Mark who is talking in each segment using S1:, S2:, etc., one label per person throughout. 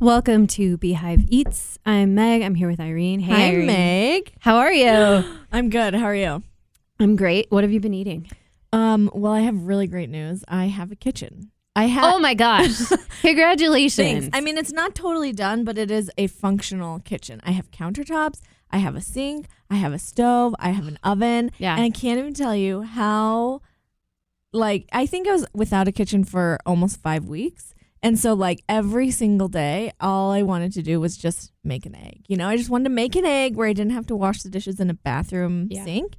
S1: Welcome to Beehive Eats. I'm Meg. I'm here with Irene. Hey,
S2: Hi,
S1: Irene.
S2: Meg.
S1: How are you?
S2: I'm good. How are you?
S1: I'm great. What have you been eating?
S2: Um, well, I have really great news. I have a kitchen. I have.
S1: oh my gosh! Congratulations.
S2: Thanks. I mean, it's not totally done, but it is a functional kitchen. I have countertops. I have a sink. I have a stove. I have an oven.
S1: Yeah.
S2: And I can't even tell you how. Like, I think I was without a kitchen for almost five weeks. And so, like, every single day, all I wanted to do was just make an egg. You know, I just wanted to make an egg where I didn't have to wash the dishes in a bathroom
S1: Yeah.
S2: sink.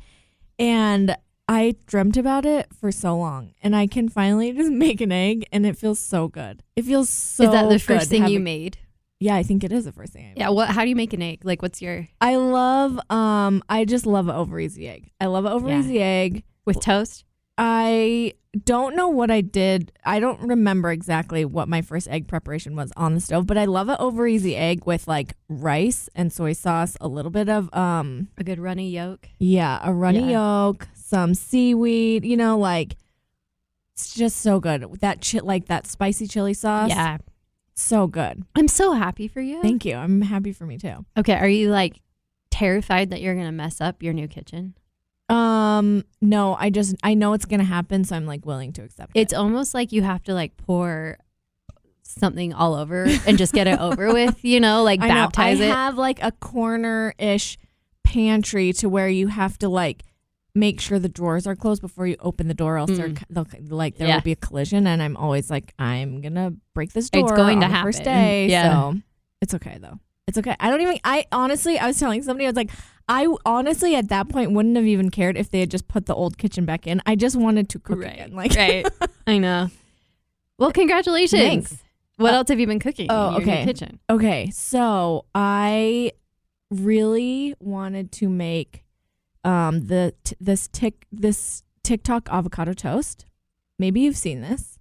S2: And I dreamt about it for so long. And I can finally just make an egg, and it feels so good. It feels so
S1: is that the
S2: good
S1: first thing you
S2: having-
S1: made?
S2: Yeah, I think it is the first thing I
S1: Yeah. What? How do you make an egg? Like, what's your
S2: I love um I just love an over easy egg. I love an over
S1: Yeah.
S2: easy egg.
S1: with toast?
S2: I don't know what I did. I don't remember exactly what my first egg preparation was on the stove, but I love an over easy egg with like rice and soy sauce, a little bit of um
S1: A good runny yolk.
S2: yeah, a runny yolk, some seaweed, you know, like it's just so good. That chit like that spicy chili sauce.
S1: Yeah.
S2: So good.
S1: I'm so happy for you.
S2: Thank you. I'm happy for me too.
S1: Okay. Are you like terrified that you're gonna mess up your new kitchen?
S2: Um, no, I just I know it's gonna happen, so I'm like willing to accept
S1: It's
S2: it.
S1: almost like you have to like pour something all over and just get it over with. You know, like
S2: I know,
S1: baptize
S2: I
S1: it.
S2: have like a corner ish pantry to where you have to like make sure the drawers are closed before you open the door, else
S1: Mm.
S2: there, they'll, like there
S1: Yeah.
S2: will be a collision. And I'm always like, I'm gonna break this door.
S1: It's going
S2: on
S1: to
S2: the First
S1: happen.
S2: day,
S1: Yeah.
S2: So it's okay though. It's okay. I don't even. I honestly, I was telling somebody, I was like, I honestly at that point wouldn't have even cared if they had just put the old kitchen back in. I just wanted to cook again. Like,
S1: right. I know. Well, congratulations.
S2: Thanks.
S1: What
S2: Uh,
S1: else have you been cooking?
S2: oh,
S1: in your new
S2: okay.
S1: kitchen.
S2: Okay, so I really wanted to make um the t- this tick this TikTok avocado toast. Maybe you've seen this.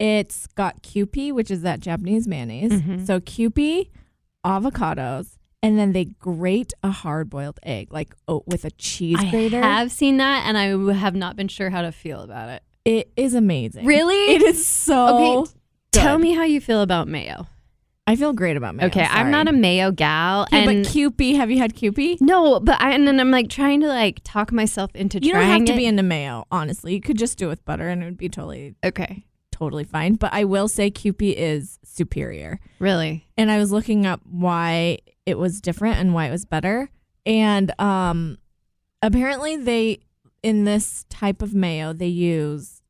S2: It's got Kewpie, which is that Japanese mayonnaise.
S1: Mhm.
S2: So Kewpie, avocados, and then they grate a hard-boiled egg like oh, with a cheese
S1: I
S2: grater.
S1: have seen that, and I w- have not been sure how to feel about it.
S2: it is amazing.
S1: Really?
S2: It is so.
S1: Okay, Tell
S2: good.
S1: me how you feel about mayo.
S2: I feel great about mayo.
S1: okay, I'm not a
S2: sorry.
S1: mayo gal,
S2: Okay,
S1: and
S2: but Kewpie, have you had Kewpie?
S1: no, but I and then I'm like trying to like talk myself into
S2: You don't
S1: trying
S2: have to
S1: it.
S2: be into mayo, honestly. You could just do it with butter and it would be totally,
S1: okay,
S2: totally fine. But I will say Kewpie is superior.
S1: really.
S2: And I was looking up why it was different and why it was better. And um, apparently, they, in this type of mayo, they use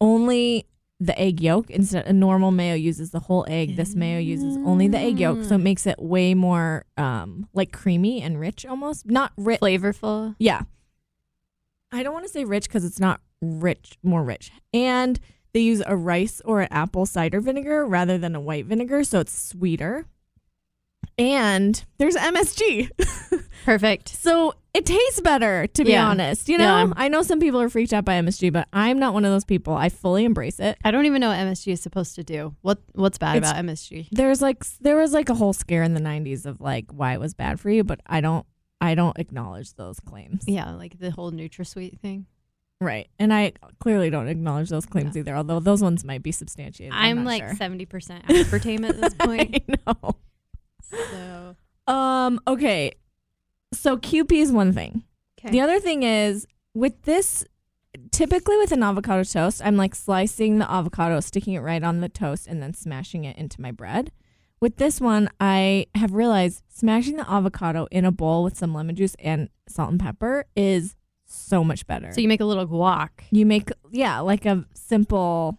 S2: only the egg yolk instead a normal mayo uses the whole egg this mayo uses only the egg yolk so it makes it way more um like creamy and rich almost not rich
S1: Flavorful.
S2: yeah. I don't want to say rich because it's not rich, more rich. And they use a rice or an apple cider vinegar rather than a white vinegar, so it's sweeter. And there's MSG.
S1: Perfect.
S2: So it tastes better, to be
S1: Yeah.
S2: honest. You know,
S1: Yeah.
S2: I know some people are freaked out by MSG, but I'm not one of those people. I fully embrace it.
S1: I don't even know what MSG is supposed to do. What What's bad
S2: It's-
S1: about MSG?
S2: There's like there was like a whole scare in the 90s of like why it was bad for you, but I don't I don't acknowledge those claims.
S1: Yeah, like the whole NutraSweet thing.
S2: Right. And I clearly don't acknowledge those claims either, although those ones might be substantiated.
S1: I'm,
S2: I'm, not
S1: like
S2: sure.
S1: 70% aspartame at this point.
S2: I
S1: So
S2: know. Um, okay. So QP is one thing.
S1: okay.
S2: The other thing is with this typically with an avocado toast, I'm like slicing the avocado, sticking it right on the toast and then smashing it into my bread. With this one, I have realized smashing the avocado in a bowl with some lemon juice and salt and pepper is so much better.
S1: so you make a little guac.
S2: You make yeah, like a simple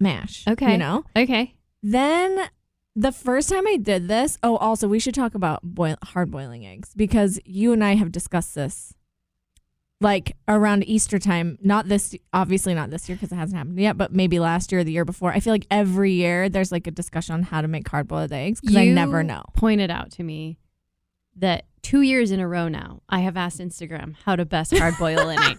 S2: mash.
S1: Okay.
S2: You know?
S1: Okay.
S2: Then the first time I did this, oh also we should talk about boil hard boiling eggs because you and I have discussed this like around Easter time, not this obviously not this year because it hasn't happened yet, but maybe last year or the year before. I feel like every year there's like a discussion on how to make hard boiled eggs because I
S1: You
S2: never know.
S1: Pointed out to me that two years in a row now, I have asked Instagram how to best hard boil an egg.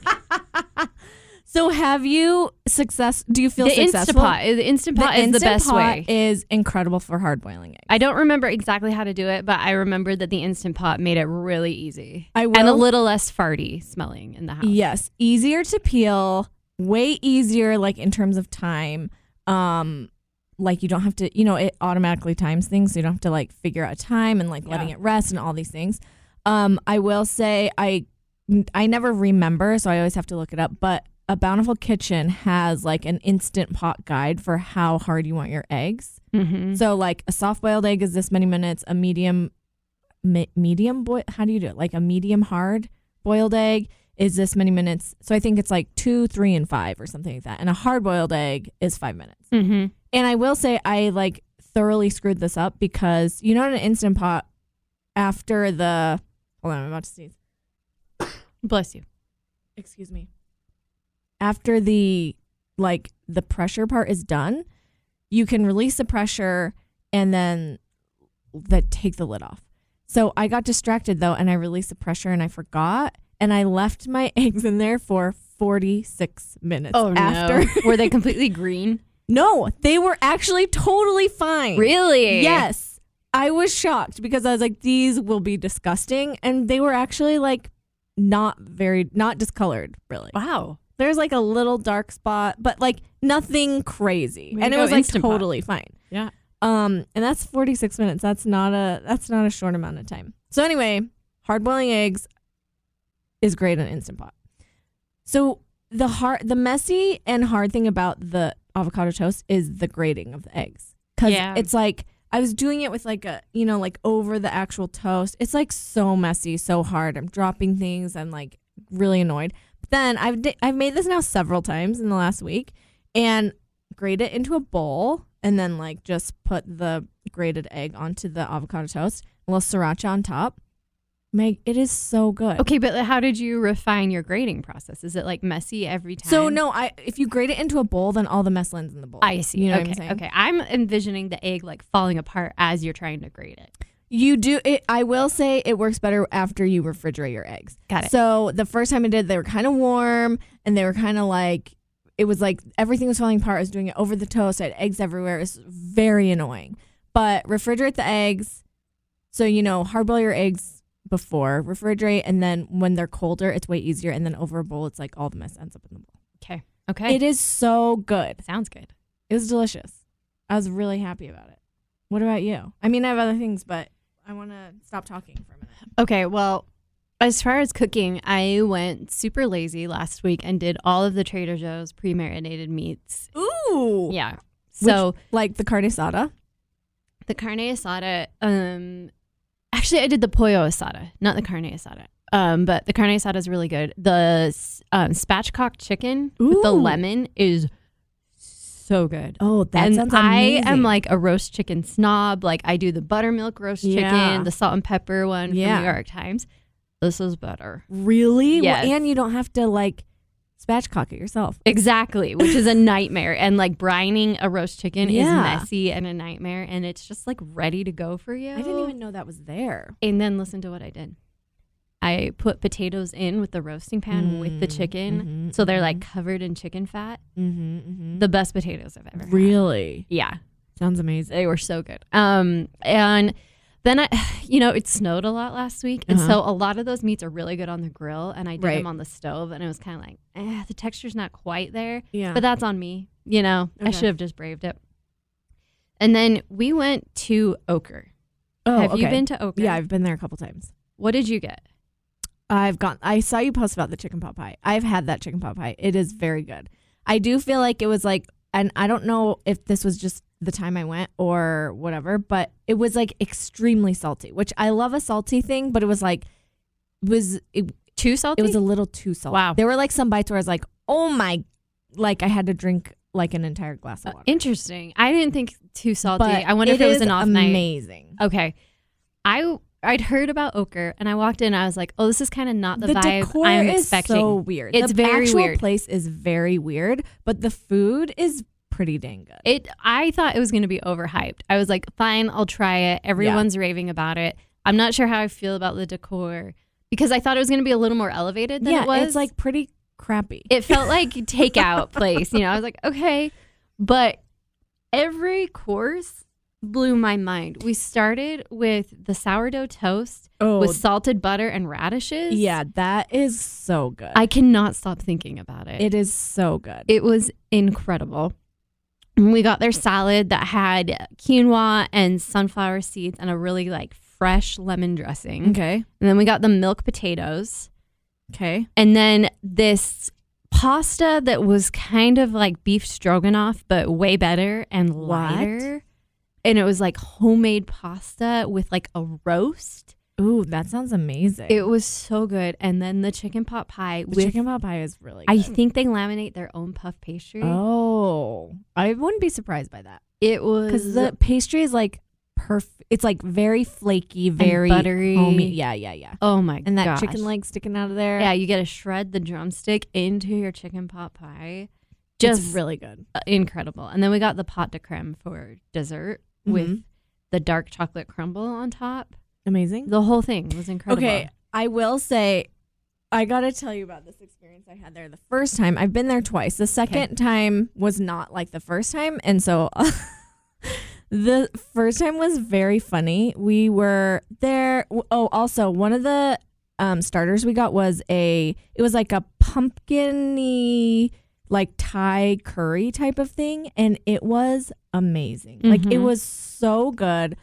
S2: So have you success do you feel
S1: the
S2: successful?
S1: Instapot, the Instant Pot is the
S2: Instant
S1: best
S2: Pot
S1: way.
S2: is incredible for hard boiling eggs.
S1: I don't remember exactly how to do it, but I remember that the Instant Pot made it really easy
S2: I
S1: and a
S2: will-
S1: little less farty smelling in the house.
S2: Yes, easier to peel, way easier like in terms of time. Um like you don't have to you know it automatically times things so you don't have to like figure out a time and like letting
S3: Yeah.
S2: it rest and all these things um i will say i i never remember so i always have to look it up but a bountiful kitchen has like an instant pot guide for how hard you want your eggs
S1: Mm-hmm.
S2: so like a soft boiled egg is this many minutes a medium me- medium boil how do you do it like a medium hard boiled egg is this many minutes so i think it's like two three and five or something like that and a hard boiled egg is five minutes
S1: Mm-hmm.
S2: and I will say I like thoroughly screwed this up because you know in an instant pot after the hold on, I'm about to sneeze.
S1: Bless you.
S2: Excuse me. After the like the pressure part is done, you can release the pressure and then that take the lid off. So I got distracted though and I released the pressure and I forgot and I left my eggs in there for 46 minutes after.
S1: Oh, no. Were they completely green?
S2: No, they were actually totally fine.
S1: Really?
S2: Yes. I was shocked because I was like, these will be disgusting. And they were actually like not very, not discolored, really.
S1: Wow.
S2: There's like a little dark spot, but like nothing crazy.
S1: Way to
S2: And it
S1: go,
S2: was like
S1: Instant Pot.
S2: totally fine.
S3: Yeah.
S2: Um, and that's 46 minutes. That's not a, that's not a short amount of time. So anyway, hard boiling eggs is great in Instant Pot. So the hard, the messy and hard thing about the avocado toast is the grating of the eggs because
S1: Yeah.
S2: it's like I was doing it with like a you know like over the actual toast. It's like so messy, so hard. I'm dropping things. I'm like really annoyed. But then I've di- I've made this now several times in the last week and grate it into a bowl and then like just put the grated egg onto the avocado toast, a little sriracha on top. Meg, it is so good.
S1: Okay, but how did you refine your grading process? Is it like messy every time?
S2: So no, I if you grate it into a bowl, then all the mess lands in the bowl.
S1: I see.
S2: You know
S1: okay.
S2: what I'm saying?
S1: Okay. I'm envisioning the egg like falling apart as you're trying to grate it.
S2: You do it. I will say it works better after you refrigerate your eggs.
S1: Got it.
S2: So the first time I did, they were kind of warm, and they were kind of like it was like everything was falling apart. I was doing it over the toast. I had eggs everywhere. It's very annoying. But refrigerate the eggs. So you know, hard boil your eggs before refrigerate, and then when they're colder, it's way easier. And then over a bowl, it's like all the mess ends up in the bowl.
S1: Okay. Okay.
S2: It is so good.
S1: sounds good.
S2: It was delicious. I was really happy about it. What about you? I mean, I have other things, but I want to stop talking for a minute.
S1: Okay, well, as far as cooking, I went super lazy last week and did all of the Trader Joe's pre-marinated meats.
S2: Ooh.
S1: Yeah.
S2: Which-
S1: So
S2: Like the carne asada.
S1: the carne asada, um actually I did the pollo asada, not the carne asada. Um, but the carne asada is really good. The s- um, spatchcock chicken with the
S2: Ooh.
S1: lemon is so good.
S2: Oh, that
S1: and
S2: sounds
S1: I am like a roast chicken snob. Like I do the buttermilk roast
S2: Yeah.
S1: chicken, the salt and pepper one from
S2: Yeah.
S1: New York Times. This is better.
S2: really?
S1: Yes.
S2: Well, and you don't have to like spatchcock it yourself.
S1: Exactly, which is a nightmare. And like brining a roast chicken
S2: Yeah.
S1: is messy and a nightmare, and it's just like ready to go for you.
S2: I didn't even know that was there.
S1: And then listen to what I did. I put potatoes in with the roasting pan with the
S2: Mm,
S1: chicken,
S2: mhm,
S1: so they're like
S2: mhm.
S1: covered in chicken fat.
S2: Mm-hmm, mm-hmm.
S1: The best potatoes I've ever. had.
S2: really
S1: Yeah,
S2: sounds amazing.
S1: they were so good. Um, and then I, you know, it snowed a lot last week, and so a lot of those meats are really good on the grill, and I did
S2: Uh-huh. Right.
S1: them on the stove, and it was kind of like, eh, the texture's not quite there.
S2: Yeah.
S1: But that's on me. You know, I
S2: Okay.
S1: should have just braved it. And then we went to Ochre.
S2: oh,
S1: have you
S2: okay.
S1: been to Ochre?
S2: Yeah, I've been there a couple times.
S1: What did you get?
S2: I've gone. I saw you post about the chicken pot pie. I've had that chicken pot pie. It is very good. I do feel like it was like, and I don't know if this was just the time I went or whatever, but it was like extremely salty, which I love a salty thing, but it was like, was it,
S1: Too salty?
S2: it was a little too salty.
S1: Wow.
S2: There were like some bites where I was like, oh my, like I had to drink like an entire glass of
S1: Uh,
S2: water.
S1: interesting. I didn't think too salty.
S2: But
S1: I wonder if it was
S2: is
S1: an off night.
S2: amazing.
S1: Okay. I I'd heard about Ochre and I walked in. I was like, oh, this is kind of not the, vibe
S2: decor
S1: I'm
S2: is
S1: expecting.
S2: so weird.
S1: It's
S2: the
S1: very
S2: actual
S1: weird.
S2: place is very weird, but the food is pretty dang good.
S1: It I thought it was going to be overhyped. I was like, fine, I'll try it. Everyone's raving about it. I'm not sure how I feel about the decor because I thought it was going to be a little more elevated than
S2: yeah,
S1: it was.
S2: it's like pretty crappy.
S1: it felt like takeout place. You know, I was like, okay, but every course blew my mind. We started with the sourdough toast
S2: oh,
S1: with salted butter and radishes.
S2: yeah, that is so good.
S1: I cannot stop thinking about it. It,
S2: it is so good.
S1: was incredible. we got their salad that had quinoa and sunflower seeds and a really like fresh lemon dressing.
S2: Okay.
S1: And then we got the milk potatoes.
S2: Okay.
S1: And then this pasta that was kind of like beef stroganoff, but way better and
S2: What?
S1: lighter. And it was like homemade pasta with like a roast.
S2: Ooh, that sounds amazing.
S1: It was so good. And then the chicken pot pie
S2: the
S1: with,
S2: chicken pot pie is really.
S1: I
S2: good.
S1: think they laminate their own puff pastry.
S2: Oh, I wouldn't be surprised by that
S1: It was
S2: because the pastry is like perfect. It's like very flaky,
S1: and
S2: very
S1: buttery.
S2: homey. Yeah, yeah, yeah.
S1: Oh my god.
S2: And that chicken leg sticking out of there.
S1: Yeah, you got to shred the drumstick into your chicken pot pie.
S2: just
S1: Just
S2: really good.
S1: uh, incredible. And then we got the pot de creme for dessert with
S2: Mhm.
S1: the dark chocolate crumble on top.
S2: Amazing.
S1: The whole thing was incredible.
S2: Okay, I will say, I gotta tell you about this experience I had there the first time. I've been there twice. The second time was not like the first time, and so the first time was very funny. We were there. Oh, also one of the um, starters we got was a. It was like a pumpkiny, like Thai curry type of thing, and it was amazing. Like it
S1: Mhm.
S2: was so good.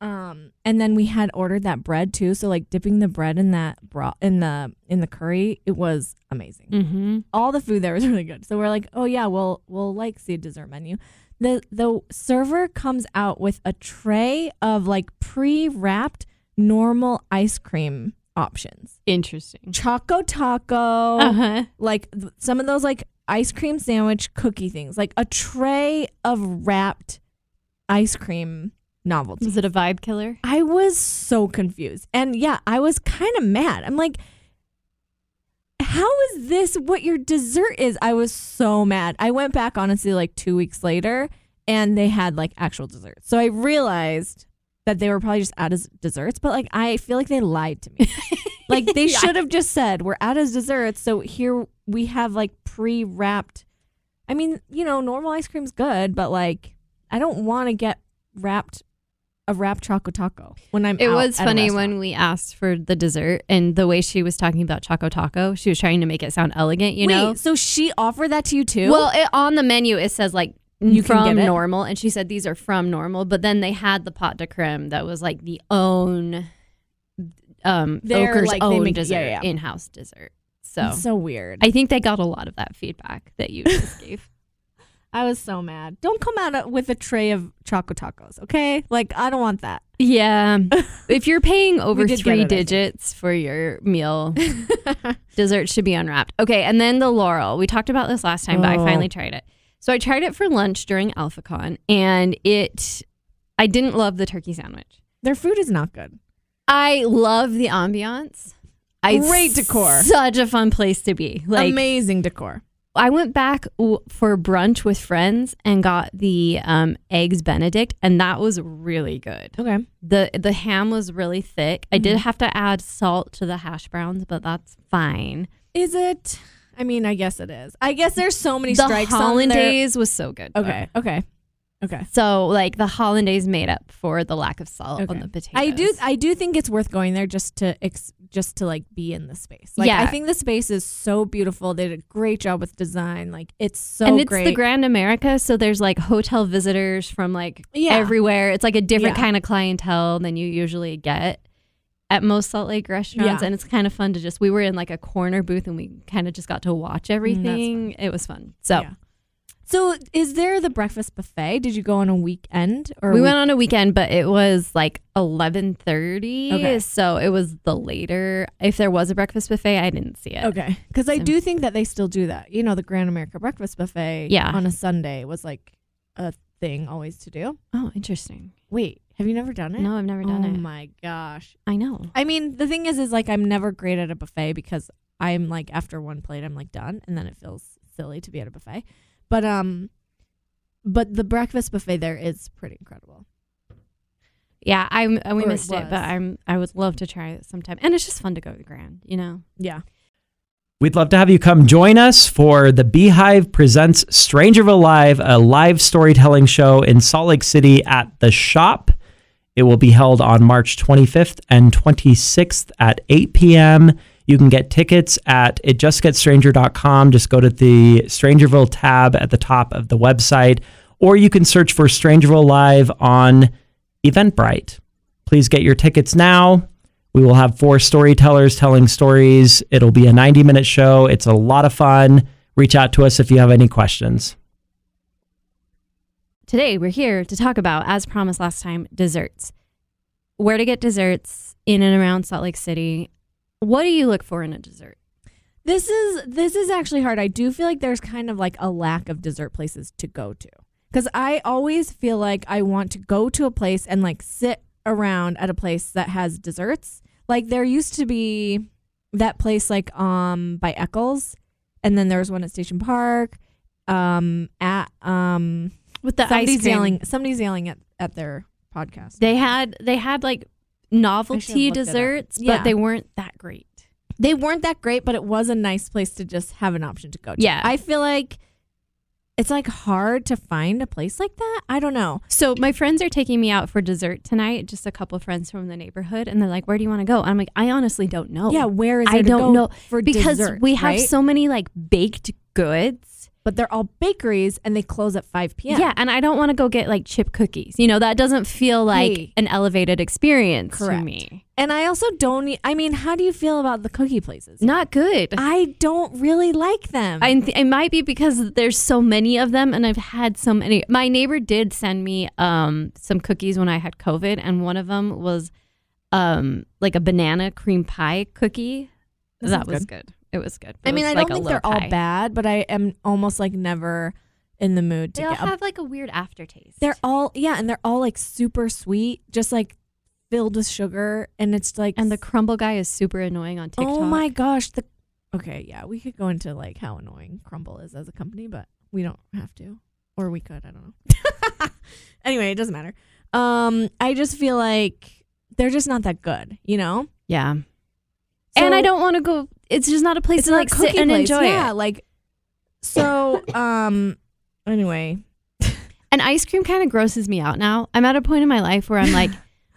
S2: Um, and then we had ordered that bread too. So like dipping the bread in that broth in the in the curry, it was amazing.
S1: Mm-hmm.
S2: All the food there was really good. So we're like, oh yeah, we'll we'll like see a dessert menu. The the server comes out with a tray of like pre wrapped normal ice cream options,
S1: Interesting.
S2: choco taco,
S1: Uh huh.
S2: like th- some of those like ice cream sandwich cookie things, like a tray of wrapped ice cream novelties.
S1: Was it a vibe killer?
S2: I was so confused. And yeah, I was kind of mad. I'm like, how is this what your dessert is? I was so mad. I went back, honestly, like two weeks later and they had like actual desserts. So I realized that they were probably just out of desserts, but like I feel like they lied to me. like they
S1: Yeah.
S2: should have just said, we're out of desserts. So here we have like pre wrapped. I mean, you know, normal ice cream's good, but like I don't want to get wrapped a wrapped choco taco when I'm.
S1: It
S2: out
S1: was
S2: at a
S1: funny
S2: restaurant.
S1: when we asked for the dessert and the way she was talking about Choco Taco, she was trying to make it sound elegant, you
S2: Wait,
S1: know?
S2: So she offered that to you too.
S1: Well, it, on the menu it says like
S2: You can
S1: from
S2: get it.
S1: normal, and she said these are from normal. But then they had the pot de creme that was like the own, um,
S2: They're,
S1: Oker's
S2: like, they
S1: own
S2: make- yeah,
S1: dessert,
S2: yeah.
S1: in-house dessert. So
S2: It's so weird.
S1: I think they got a lot of that feedback that you just gave.
S2: I, was so mad. Don't come out with a tray of choco tacos, okay? Like I don't want that.
S1: Yeah, if you're paying over
S2: did get
S1: three
S2: it, I think.
S1: digits for your meal, dessert should be unwrapped. Okay, and then the Laurel. We talked about this last time, but I
S2: Oh.
S1: finally tried it. So I tried it for lunch during AlphaCon, and it. I didn't love the turkey sandwich.
S2: Their food is not good.
S1: I love the ambiance. I
S2: Great decor.
S1: Such a fun place to be. Like
S2: Amazing decor.
S1: I went back w- for brunch with friends and got the um, eggs Benedict, and that was really good.
S2: Okay.
S1: the The ham was really thick. I
S2: Mm-hmm.
S1: did have to add salt to the hash browns, but that's fine.
S2: Is it? I mean, I guess it is. I guess there's so many
S1: The
S2: strikes
S1: hollandaise was so good. though.
S2: on their- Okay. Okay. Okay.
S1: So like the hollandaise made up for the lack of salt
S2: Okay.
S1: on the potatoes.
S2: I do. I do think it's worth going there just to ex, just to like be in the space. Like, I
S1: Yeah.
S2: think the space is so beautiful. They did a great job with design. Like it's so
S1: and it's
S2: great.
S1: the Grand America, so there's like hotel visitors from like
S2: Yeah.
S1: everywhere. It's like a different
S2: Yeah.
S1: kind of clientele than you usually get at most Salt Lake restaurants,
S2: Yeah.
S1: and it's kind of fun to just. We were in like a corner booth, and we kind of just got to watch everything. It was fun. So
S2: Mm, Yeah. so is there the breakfast buffet? Did you go on a weekend or
S1: we
S2: a
S1: went on a weekend, but it was like eleven thirty,
S2: Okay.
S1: so it was the later. If there was a breakfast buffet, I didn't see it.
S2: week- Okay, because I
S1: So-
S2: do think that they still do that. You know, the Grand America Breakfast Buffet.
S1: Yeah.
S2: on a Sunday was like a thing always to do.
S1: Oh, interesting.
S2: Wait, have you never done it?
S1: No, I've never done
S2: oh
S1: it.
S2: my gosh.
S1: I know.
S2: I mean, the thing is, is like I'm never great at a buffet because I'm like after one plate, I'm like done, and then it feels silly to be at a buffet. But um, but the breakfast buffet there is pretty incredible.
S1: Yeah, I'm. uh, We
S2: Or it
S1: missed it,
S2: was.
S1: but I'm. I would love to try it sometime, and it's just fun to go to the Grand. You know.
S2: Yeah.
S3: We'd love to have you come join us for the Beehive Presents Strangerville Live, a live storytelling show in Salt Lake City at the shop. It will be held on March 25th and 26th at 8 p.m. You can get tickets at itjustgetstranger.com. Just go to the Strangerville tab at the top of the website, or you can search for Strangerville Live on Eventbrite. Please get your tickets now. We will have four storytellers telling stories. It'll be a 90 minute show. It's a lot of fun. Reach out to us if you have any questions.
S1: Today, we're here to talk about, as promised last time, desserts. Where to get desserts in and around Salt Lake City. What do you look for in a dessert?
S2: This is this is actually hard. I do feel like there's kind of like a lack of dessert places to go to. Cuz I always feel like I want to go to a place and like sit around at a place that has desserts. Like there used to be that place like um by Eccles and then there was one at Station Park um at um
S1: With the
S2: somebody's yelling somebody's yelling at at their podcast.
S1: They had they had like novelty
S2: looked it up.
S1: desserts, but
S2: Yeah.
S1: they weren't that great.
S2: they weren't that great, but it was a nice place to just have an option to go to.
S1: Yeah.
S2: I feel like it's like hard to find a place like that. I don't know.
S1: So my friends are taking me out for dessert tonight, just a couple friends from the neighborhood, and they're like, "Where do you want to go?" I'm like, "I honestly don't know."
S2: Yeah, where is
S1: Oh, I
S2: there to
S1: don't
S2: go
S1: know,
S2: for
S1: because
S2: dessert,
S1: we have
S2: right?
S1: so many like baked goods.
S2: but they're all bakeries and they close at 5 p.m.
S1: Yeah, and I don't want to go get like chip cookies. You know, that doesn't feel like
S2: Hey.
S1: an elevated experience
S2: Correct.
S1: to me.
S2: And I also don't e- I mean, how do you feel about the cookie places?
S1: Not good.
S2: I don't really like them.
S1: I th- it might be because there's so many of them, and I've had so many. My neighbor did send me um, some cookies when I had COVID, and one of them was um, like a banana cream pie cookie.
S2: That
S1: That
S2: sounds
S1: was good. It was good. It
S2: I mean,
S1: was
S2: I
S1: like
S2: don't
S1: a
S2: think
S1: low
S2: they're
S1: pie.
S2: all bad, but I am almost like never in the mood to
S1: They all
S2: get a
S1: have like a weird aftertaste.
S2: They're all yeah, and they're all like super sweet, just like filled with sugar, and it's like
S1: and the crumble guy is super annoying on TikTok.
S2: oh my gosh the okay yeah we could go into like how annoying Crumble is as a company, but we don't have to, or we could I don't know. anyway, it doesn't matter. Um, I just feel like they're just not that good, you know.
S1: Yeah, and
S2: So-
S1: I don't want to go. It's just not a place
S2: it's
S1: to
S2: not
S1: like
S2: a cookie
S1: sit and
S2: place.
S1: enjoy
S2: yeah,
S1: it.
S2: like so. Um, anyway,
S1: And ice cream kind of grosses me out now. I'm at a point in my life where I'm like,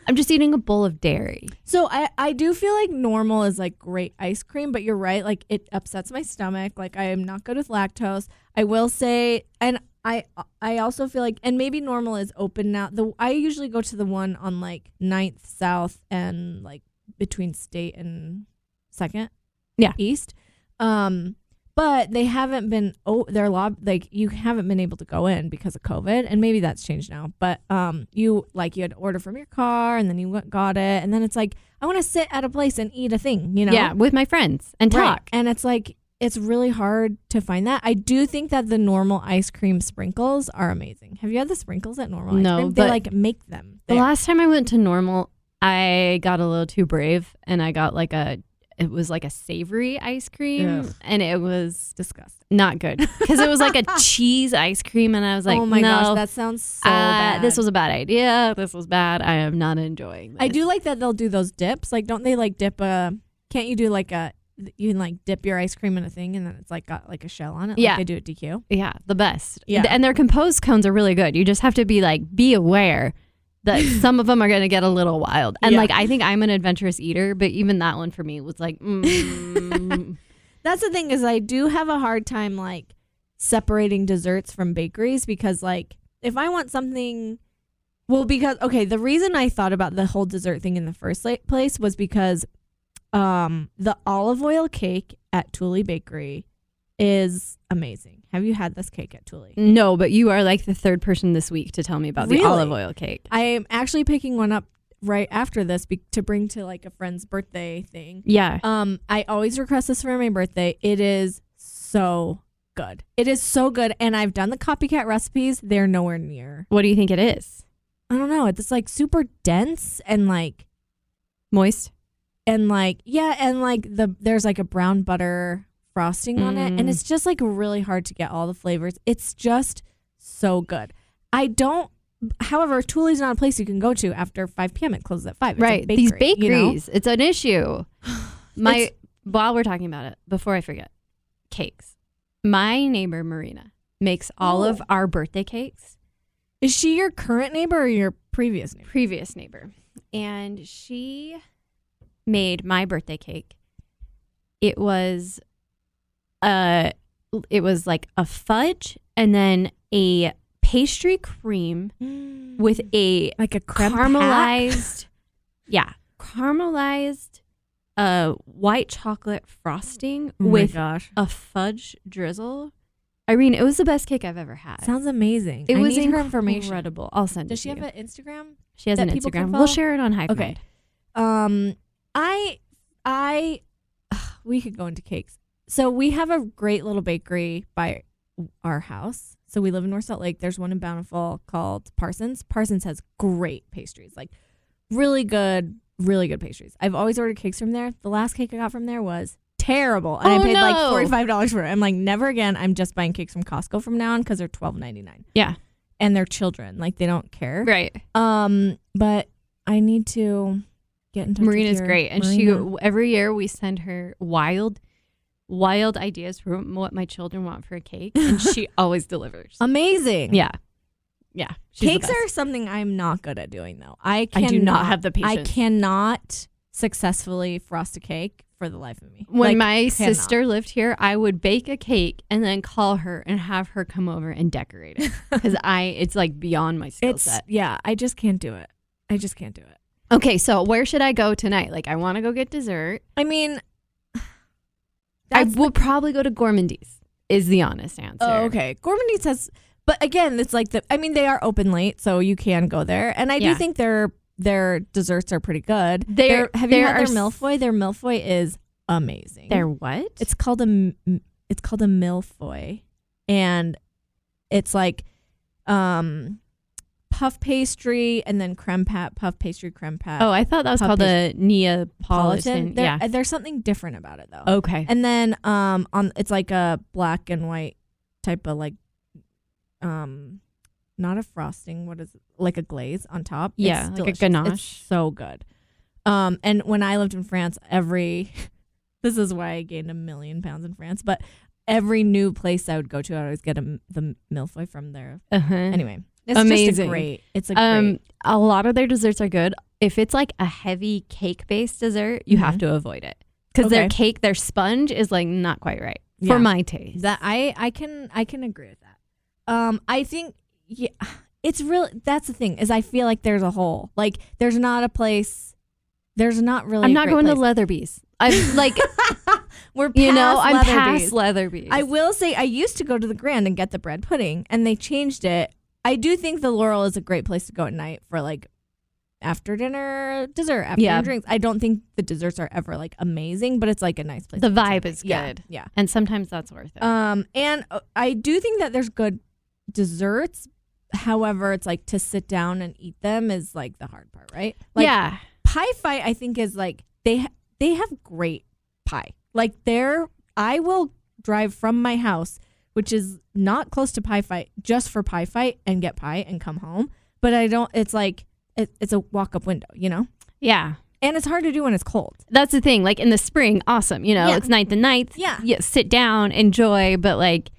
S1: I'm just eating a bowl of dairy.
S2: So I, I do feel like normal is like great ice cream, but you're right, like it upsets my stomach. Like I am not good with lactose. I will say and I I also feel like and maybe normal is open now. The I usually go to the one on like ninth south and like between state and second.
S1: Yeah.
S2: East. Um but they haven't been oh they're lob like you haven't been able to go in because of COVID and maybe that's changed now. But um you like you had to order from your car and then you went, got it and then it's like I want to sit at a place and eat a thing, you know?
S1: Yeah, with my friends and
S2: Right.
S1: talk.
S2: And it's like it's really hard to find that. I do think that the normal ice cream sprinkles are amazing. Have you had the sprinkles at normal
S1: No,
S2: ice cream?
S1: but-
S2: they like make them.
S1: The
S2: there.
S1: last time I went to normal, I got a little too brave and I got like a it was like a savory ice cream
S2: Ugh.
S1: and it was
S2: disgusting.
S1: not good because it was like a cheese ice cream and I was like,
S2: oh my
S1: no,
S2: gosh, that sounds so
S1: uh,
S2: bad.
S1: this was a bad idea. This was bad. I am not enjoying. This.
S2: I do like that they'll do those dips. Like, don't they like dip a? Can't you do like a? You can like dip your ice cream in a thing, and then it's like got like a shell on it.
S1: Yeah.
S2: like they do at DQ.
S1: Yeah, the best.
S2: Yeah.
S1: and their composed cones are really good. You just have to be like, be aware that some of them are going to get a little wild. And
S2: Yeah.
S1: like, I think I'm an adventurous eater, but even that one for me was like, mm,
S2: That's the thing is I do have a hard time like separating desserts from bakeries because like if I want something well because okay the reason I thought about the whole dessert thing in the first la- place was because um the olive oil cake at Thule Bakery is amazing. Have you had this cake at Thule?
S1: no. But you are like the third person this week to tell me about
S2: Really?
S1: the olive oil cake.
S2: I am actually picking one up right after this be- to bring to like a friend's birthday thing.
S1: Yeah,
S2: Um, I always request this for my birthday. It is so good. It is so good, and I've done the copycat recipes. They're nowhere near.
S1: what do you think it is?
S2: I don't know. It's like super dense and like
S1: Moist.
S2: and like yeah, and like the there's like a brown butter frosting on it, and
S1: Mm.
S2: it's just like really hard to get all the flavors. It's just so good. I don't. However, Thule's not a place you can go to after 5 p.m. It closes at 5. It's a
S1: right. These
S2: bakery, you know?
S1: bakeries. It's an issue. My
S2: It's-
S1: while we're talking about it, before I forget, cakes. My neighbor Marina makes all of
S2: Oh.
S1: our birthday cakes.
S2: Is she your current neighbor or your previous neighbor?
S1: previous neighbor and she made my birthday cake it was uh it was like a fudge and then a pastry cream with a
S2: like a Mm-hmm. creme pat.
S1: caramelized, yeah, caramelized uh, white chocolate frosting
S2: Oh my
S1: with
S2: gosh,
S1: a fudge drizzle. Irene, it was the best cake I've ever had.
S2: sounds amazing.
S1: it
S2: I
S1: was
S2: need her information.
S1: incredible. I'll send
S2: Does
S1: it
S2: she
S1: to
S2: have
S1: you.
S2: an Instagram?
S1: she has
S2: that
S1: an
S2: people can
S1: Instagram.
S2: follow?
S1: We'll share it on Hive
S2: Okay.
S1: Mind.
S2: Um, I, I, ugh, we could go into cakes. So we have a great little bakery by our house. So we live in North Salt Lake. There's one in Bountiful called Parsons. Parsons has great pastries, like really good, really good pastries. I've always ordered cakes from there. The last cake I got from there was terrible, and
S1: Oh,
S2: I paid like
S1: no.
S2: forty five dollars for it. I'm like, never again. I'm just buying cakes from Costco from now on because they're twelve ninety nine.
S1: Yeah.
S2: and they're children, like they don't care.
S1: Right.
S2: Um, but I need to get in touch. with
S1: Marina's
S2: your-
S1: great, and
S2: Marina.
S1: she every year we send her wild, wild ideas for what my children want for a cake, and she always delivers.
S2: amazing.
S1: yeah, yeah. she's the
S2: cakes
S1: best.
S2: are something I'm not good at doing though. I
S1: I
S2: cannot,
S1: do not have the
S2: I
S1: patience.
S2: cannot successfully frost a cake for the life of me.
S1: When
S2: Like,
S1: my
S2: cannot.
S1: sister lived here, I would bake a cake and then call her and have her come over and decorate it because I it's like beyond my skill
S2: it's
S1: set.
S2: yeah, I just can't do it. I just can't do it.
S1: Okay, so where should I go tonight? Like, I want to go get dessert.
S2: I mean,
S1: I will probably go to Gourmandise. Is the honest answer?
S2: Oh, okay. Gourmandise has, but again, it's like the. I mean, they are open late, so you can go there, and I
S1: Yeah.
S2: do think their their desserts are pretty good.
S1: There-
S2: Their- have
S1: there
S2: you had
S1: are
S2: their
S1: s-
S2: milfoy? Their milfoy is amazing.
S1: They're what?
S2: it's called a m- it's called a milfoy, and it's like um puff pastry and then creme pat puff pastry creme pat.
S1: oh, I thought that was
S2: Pop
S1: called a
S2: Politan.
S1: Neapolitan.
S2: There,
S1: Yeah. Oh,
S2: there's something different about it though.
S1: Okay.
S2: And then um on it's like a black and white type of like um not a frosting, what is it? Like a glaze on top. It's
S1: Yeah, like a
S2: delicious. It's
S1: ganache.
S2: so good. Um and when I lived in France, every this is why I gained a million pounds in France, but every new place I would go to, I would always get a, the milfoy from there.
S1: Uh-huh.
S2: Anyway, it's just a
S1: Amazing.
S2: great. It's a great.
S1: um, a lot of their desserts are good. If it's like a heavy cake-based dessert, you have
S2: Mhm.
S1: to avoid it because their
S2: Okay.
S1: cake, their sponge is like not quite right
S2: Yeah.
S1: for my taste.
S2: That I I can I can agree with that. Um, I think yeah, it's really that's the thing is I feel like there's a hole. Like there's not a place. There's not really.
S1: I'm
S2: a
S1: not
S2: great
S1: going to
S2: place.
S1: Leatherby's. I'm like,
S2: We're past
S1: you know, I'm past
S2: Leatherby's.
S1: Leatherby's.
S2: I will say I used to go to the Grand and get the bread pudding, and they changed it. I do think the Laurel is a great place to go at night for like after dinner dessert, after
S1: Yeah.
S2: drinks. I don't think the desserts are ever like amazing, but it's like a nice place.
S1: The
S2: to go to at
S1: vibe is
S2: night. Yeah,
S1: good.
S2: yeah.
S1: and sometimes that's worth it.
S2: Um, and uh, I do think that there's good desserts. However, it's like to sit down and eat them is like the hard part, right? Like
S1: yeah,
S2: pie fight, I think is like they ha- they have great pie. Like they're I will drive from my house, which is not close to pie fight, just for pie fight and get pie and come home. But I don't. It's like it, it's a walk up window, you know.
S1: yeah.
S2: And it's hard to do when it's cold.
S1: That's the thing. Like in the spring, awesome. You know,
S2: Yeah.
S1: it's ninth and ninth.
S2: Yeah.
S1: yeah. Sit down, enjoy. But like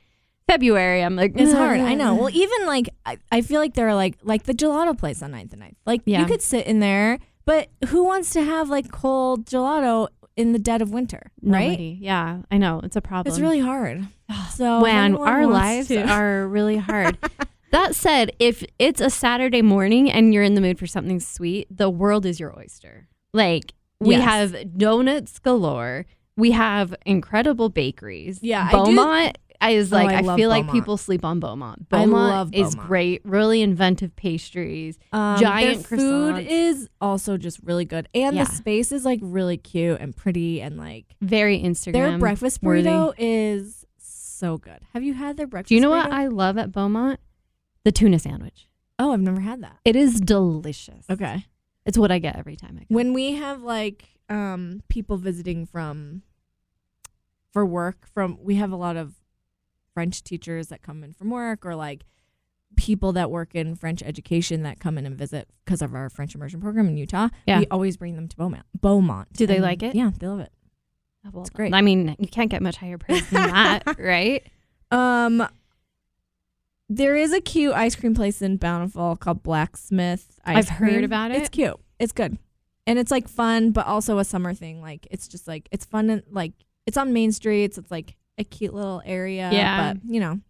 S1: February, I'm like,
S2: It's hard. I know.
S1: "Ugh."
S2: Well, even like I, I feel like there are like like the gelato place on 9th and 9th. Like
S1: Yeah.
S2: you could sit in there, but who wants to have like cold gelato in the dead of winter, right?
S1: Nobody. Yeah, I know. It's a problem.
S2: It's really hard. So if
S1: man,
S2: Oh, anyone
S1: our
S2: wants
S1: lives
S2: to-
S1: are really hard. that said, if it's a Saturday morning and you're in the mood for something sweet, the world is your oyster. Like we
S2: Yes.
S1: have donuts galore. We have incredible bakeries.
S2: Yeah, I do-
S1: Beaumont I is
S2: Oh,
S1: like
S2: I
S1: I,
S2: love
S1: feel like
S2: Beaumont.
S1: people sleep on Beaumont.
S2: I
S1: Beaumont
S2: love
S1: is
S2: Beaumont.
S1: great. Really inventive pastries.
S2: um,
S1: giant
S2: their food
S1: croissants.
S2: is also just really good, and
S1: Yeah.
S2: the space is like really cute and pretty, and like
S1: Very Instagram.
S2: their breakfast
S1: worthy.
S2: burrito is so good. Have you had their breakfast?
S1: Do you know what
S2: burrito?
S1: I love at Beaumont? The tuna sandwich.
S2: Oh, I've never had that.
S1: It is delicious.
S2: Okay.
S1: It's what I get every time I go.
S2: when we have like um people visiting from for work from we have a lot of french teachers that come in from work or like people that work in french education that come in and visit because of our french immersion program in utah
S1: Yeah.
S2: we always bring them to beaumont beaumont
S1: Do they like it?
S2: yeah they love it
S1: Oh, well
S2: It's
S1: done.
S2: great.
S1: I mean, you can't get much higher praise than that, right?
S2: um there is a cute ice cream place in bountiful called blacksmith ice
S1: I've heard
S2: Cream.
S1: about
S2: it's
S1: it.
S2: cute it's good and it's like fun but also a summer thing like it's just like it's fun and like it's on main streets it's like a cute little area
S1: Yeah.
S2: but you know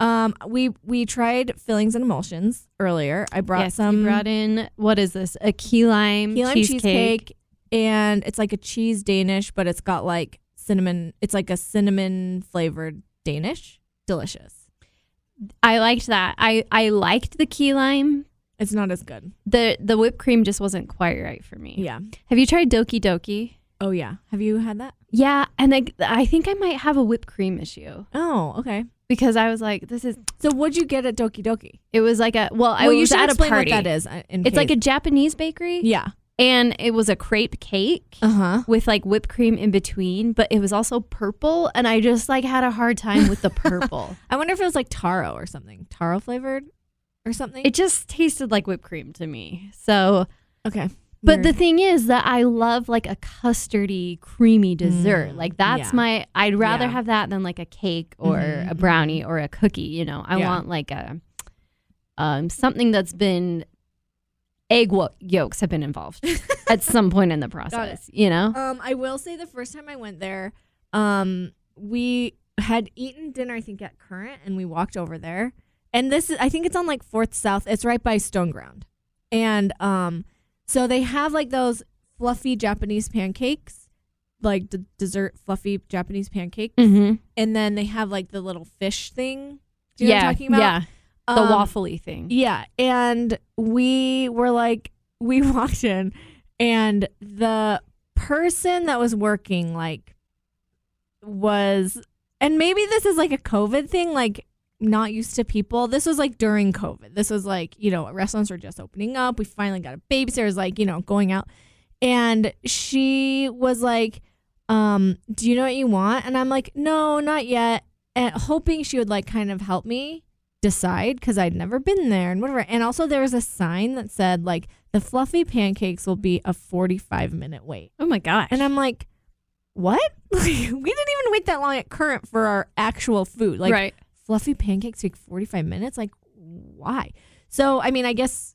S2: Um, we we tried fillings and emulsions earlier. I brought
S1: yes,
S2: some
S1: you brought in what is this? A key lime,
S2: key lime cheesecake. and it's like a cheese Danish, but it's got like cinnamon. It's like a cinnamon flavored Danish. Delicious.
S1: I liked that. I I liked the key lime.
S2: It's not as good.
S1: the The whipped cream just wasn't quite right for me.
S2: Yeah.
S1: Have you tried Doki Doki?
S2: Oh yeah. Have you had that?
S1: Yeah, and I I think I might have a whipped cream issue
S2: Oh okay.
S1: because I was like, this is.
S2: So what'd you get at Doki Doki?
S1: It was like a well, I
S2: well,
S1: was
S2: you should
S1: at a
S2: explain
S1: party.
S2: what that is. uh, In
S1: It's like a Japanese bakery,
S2: yeah.
S1: and it was a crepe cake.
S2: Uh huh.
S1: with like whipped cream in between, but it was also purple, and I just like had a hard time with the purple.
S2: I wonder if it was like taro or something, taro flavored or something.
S1: it just tasted like whipped cream to me. So,
S2: okay.
S1: but
S2: Weird.
S1: the thing is that I love like a custardy, creamy dessert.
S2: Mm,
S1: like that's
S2: yeah.
S1: my. I'd rather
S2: Yeah.
S1: have that than like a cake or
S2: Mhm,
S1: a brownie or a cookie. You know, I
S2: Yeah.
S1: want like a um something that's been egg wo- yolks have been involved at some point in the process. You know,
S2: Um, I will say the first time I went there, um, we had eaten dinner, I think, at Current, and we walked over there. And this is, I think it's on like 4th South. It's right by Stone Ground. And um, so they have like those fluffy Japanese pancakes, like the dessert fluffy Japanese pancake.
S1: mm-hmm.
S2: And then they have like the little fish thing. Do you
S1: yeah,
S2: know what I'm talking about?
S1: yeah, the
S2: Um,
S1: waffly thing.
S2: yeah, and we were like, we walked in, and the person that was working like was, and maybe this is like a COVID thing, like not used to people. This was like during COVID. This was like you know restaurants were just opening up. We finally got a babysitter. It was like you know going out, and she was like, um, "Do you know what you want?" And I'm like, "No, not yet." And hoping she would like kind of help me decide because I'd never been there and whatever. And also, there was a sign that said, like, the fluffy pancakes will be a 45 minute wait.
S1: Oh my gosh.
S2: And I'm like, what? Like, we didn't even wait that long at current for our actual food. Like,
S1: right.
S2: fluffy pancakes take 45 minutes? Like, why? So, I mean, I guess.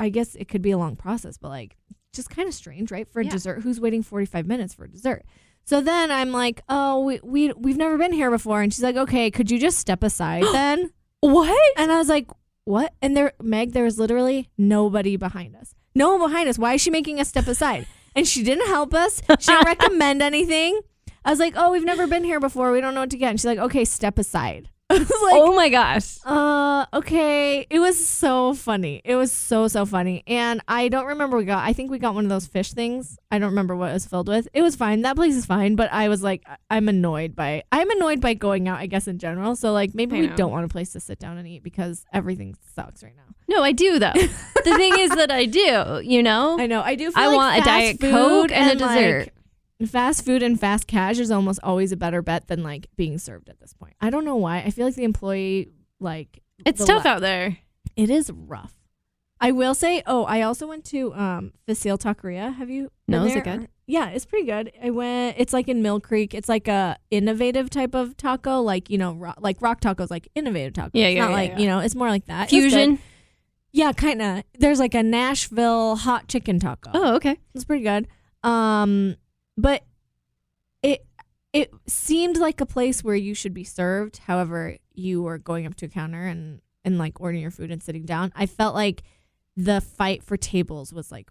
S2: I guess it could be a long process, but like just kind of strange, right? For
S1: Yeah.
S2: dessert, who's waiting 45 minutes for dessert? So then I'm like, "Oh, we, we we've never been here before." And she's like, "Okay, could you just step aside then?"
S1: What?
S2: And I was like, what? And there, Meg, there was literally nobody behind us. No one behind us. Why is she making us step aside? And she didn't help us. She didn't recommend anything. I was like, oh, we've never been here before. We don't know what to get. And she's like, okay, step aside. I was like,
S1: oh my gosh.
S2: uh, okay. It was so funny. It was so, so funny. And I don't remember what we got. I think we got one of those fish things. I don't remember what it was filled with. It was fine. That place is fine. But I was like, I- I'm annoyed by I'm annoyed by going out, I guess, in general. So like maybe
S1: I
S2: we
S1: know.
S2: don't want a place to sit down and eat because everything sucks right now.
S1: No, I do though. the thing is that I do, you know?
S2: I know. I do feel
S1: I
S2: like
S1: want a
S2: fast
S1: Diet
S2: food
S1: Coke and a
S2: like,
S1: dessert.
S2: fast food and fast cash is almost always a better bet than like being served at this point. I don't know why. I feel like the employee like
S1: it's
S2: the
S1: tough
S2: la-
S1: out there.
S2: It is rough. I will say, oh, I also went to um Facile Taqueria. Have you
S1: No,
S2: been
S1: is it
S2: there?
S1: good?
S2: Yeah, it's pretty good. I went it's like in Mill Creek. It's like a innovative type of taco, like you know, rock, like rock tacos like innovative tacos.
S1: Yeah,
S2: It's
S1: yeah,
S2: not
S1: yeah,
S2: like,
S1: yeah.
S2: you know, it's more like that. It was good.
S1: Fusion.
S2: Yeah, kind of. There's like a Nashville hot chicken taco.
S1: Oh, okay.
S2: It's pretty good. Um, but it it seemed like a place where you should be served. However, you were going up to a counter and and like ordering your food and sitting down. I felt like the fight for tables was like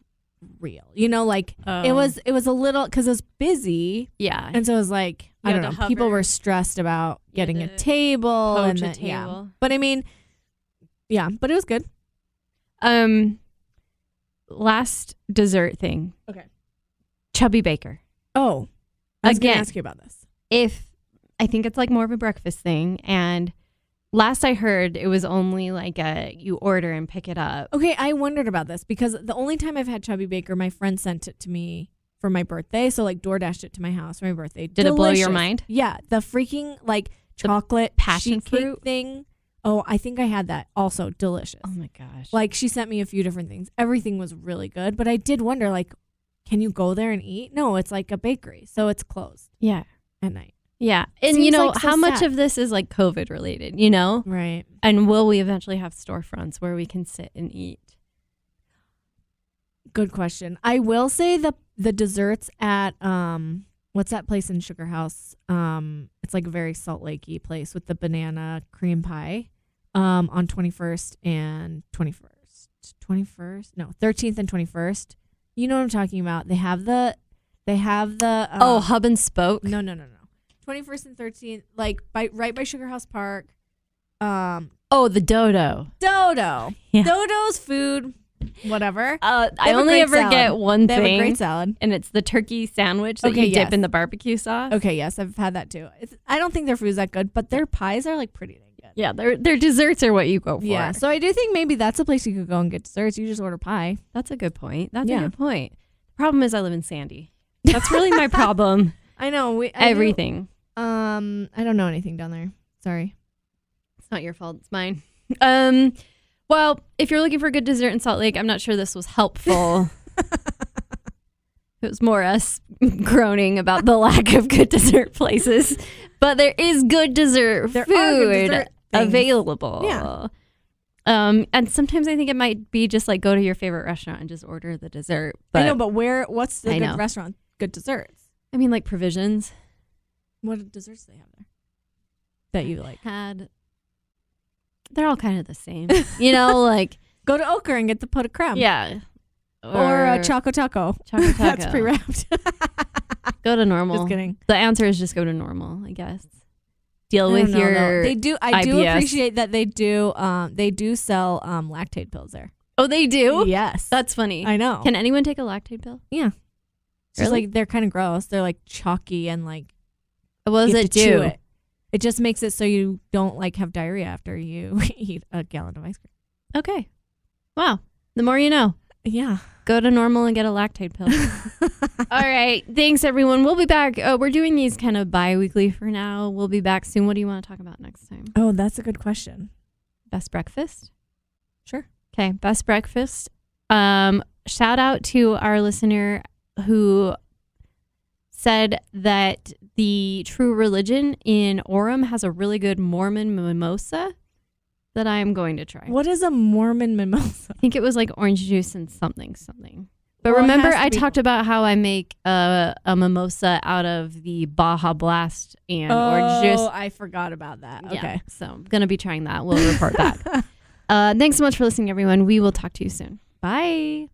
S2: real. You know, like
S1: Oh.
S2: it was it was a little because it was busy,
S1: Um, yeah.
S2: and so it was like I
S1: You
S2: don't
S1: had
S2: know.
S1: to
S2: People
S1: hover.
S2: were stressed about
S1: You had
S2: getting a
S1: to
S2: table and
S1: Poach a
S2: the- yeah.
S1: table.
S2: But I mean, yeah, but it was good.
S1: Um last dessert thing.
S2: Okay.
S1: Chubby Baker.
S2: Oh, I was
S1: Again.
S2: gonna ask you about this.
S1: If I think it's like more of a breakfast thing and last I heard it was only like a you order and pick it up.
S2: Okay, I wondered about this because the only time I've had Chubby Baker, my friend sent it to me for my birthday. So like DoorDashed it to my house for my birthday.
S1: Did it blow your
S2: Delicious.
S1: mind?
S2: Yeah, the freaking like chocolate
S1: passion
S2: sheet cake
S1: fruit?
S2: thing. Oh, I think I had that. Also delicious.
S1: Oh my gosh.
S2: Like she sent me a few different things. Everything was really good, but I did wonder like, can you go there and eat? No, it's like a bakery, so it's closed
S1: yeah.
S2: at night.
S1: Yeah. And you
S2: Seems
S1: know,
S2: like so
S1: how much
S2: sad.
S1: of this is like COVID related, you know?
S2: Right.
S1: And will we eventually have storefronts where we can sit and eat?
S2: Good question. I will say the the desserts at um what's that place in Sugar House? Um, it's like a very Salt Lakey place with the banana cream pie um, on 21st and 21st. 21st? No, 13th and 21st. You know what I'm talking about. They have the they have the um,
S1: oh, hub and spoke.
S2: no, no, no, no. 21st and 13th like by right by Sugar House Park. Um
S1: Oh, the dodo.
S2: Dodo.
S1: Yeah.
S2: Dodo's food, whatever.
S1: Uh, I
S2: have a
S1: only
S2: great
S1: ever
S2: salad.
S1: get one
S2: They have a
S1: thing,
S2: great salad.
S1: and it's the turkey sandwich that
S2: Okay,
S1: you
S2: yes.
S1: dip in the barbecue sauce.
S2: Okay, yes, I've had that too. It's, I don't think their food's that good, but their pies are like pretty dang good.
S1: Yeah, their their desserts are what you go for.
S2: Yeah, so I do think maybe that's a place you could go and get desserts. You just order pie.
S1: that's a good point. That's
S2: Yeah.
S1: a good point. The problem is I live in Sandy. That's really my problem.
S2: I know we I do-
S1: Everything.
S2: um, I don't know anything down there. Sorry.
S1: It's not your fault. It's mine. Um, well, if you're looking for good dessert in Salt Lake, I'm not sure this was helpful. it was more us groaning about the lack of good dessert places, but there is good dessert
S2: There are
S1: food
S2: good dessert things.
S1: available.
S2: Yeah.
S1: Um, and sometimes I think it might be just like go to your favorite restaurant and just order the dessert. But
S2: I know, but where? What's the
S1: I
S2: good
S1: know.
S2: restaurant? Good desserts.
S1: I mean, like provisions
S2: What desserts do they have there that you like?
S1: had. They're all kind of the same, you know. Like
S2: Go to Ochre and get the pot of creme.
S1: yeah,
S2: Or, a choco taco.
S1: Choco
S2: That's
S1: taco.
S2: pre wrapped.
S1: Go to normal.
S2: Just kidding.
S1: The answer is just go to normal, I guess. Deal
S2: I
S1: with
S2: don't know, though.
S1: your.
S2: They do. I do
S1: IBS.
S2: appreciate that they do. Um, they do sell um lactate pills there.
S1: oh, they do.
S2: Yes,
S1: That's funny.
S2: I know.
S1: Can anyone take a lactate pill?
S2: It's just
S1: Really?
S2: like they're kind of gross. They're like chalky and like.
S1: What does
S2: you have
S1: it
S2: to chew
S1: do?
S2: It. It just makes it so you don't like have diarrhea after you eat a gallon of ice cream.
S1: Okay. Wow. The more you know.
S2: Yeah.
S1: Go to normal and get a lactate pill. All right. Thanks, everyone. We'll be back. Uh, we're doing these kind of bi weekly for now. We'll be back soon. What do you want to talk about next time?
S2: Oh, that's a good question.
S1: Best breakfast?
S2: Sure.
S1: Okay, best breakfast. Um, shout out to our listener who said that the True Religion in Orem has a really good Mormon mimosa that I am going to try.
S2: What is a Mormon mimosa?
S1: I think it was like orange juice and something something. But
S2: Well, it
S1: remember,
S2: has to
S1: I
S2: be-
S1: talked about how I make a, a mimosa out of the Baja Blast and
S2: Oh,
S1: orange juice.
S2: I forgot about that.
S1: Yeah, so I'm gonna be trying that. We'll report back. uh, thanks so much for listening, everyone. We will talk to you soon. Bye.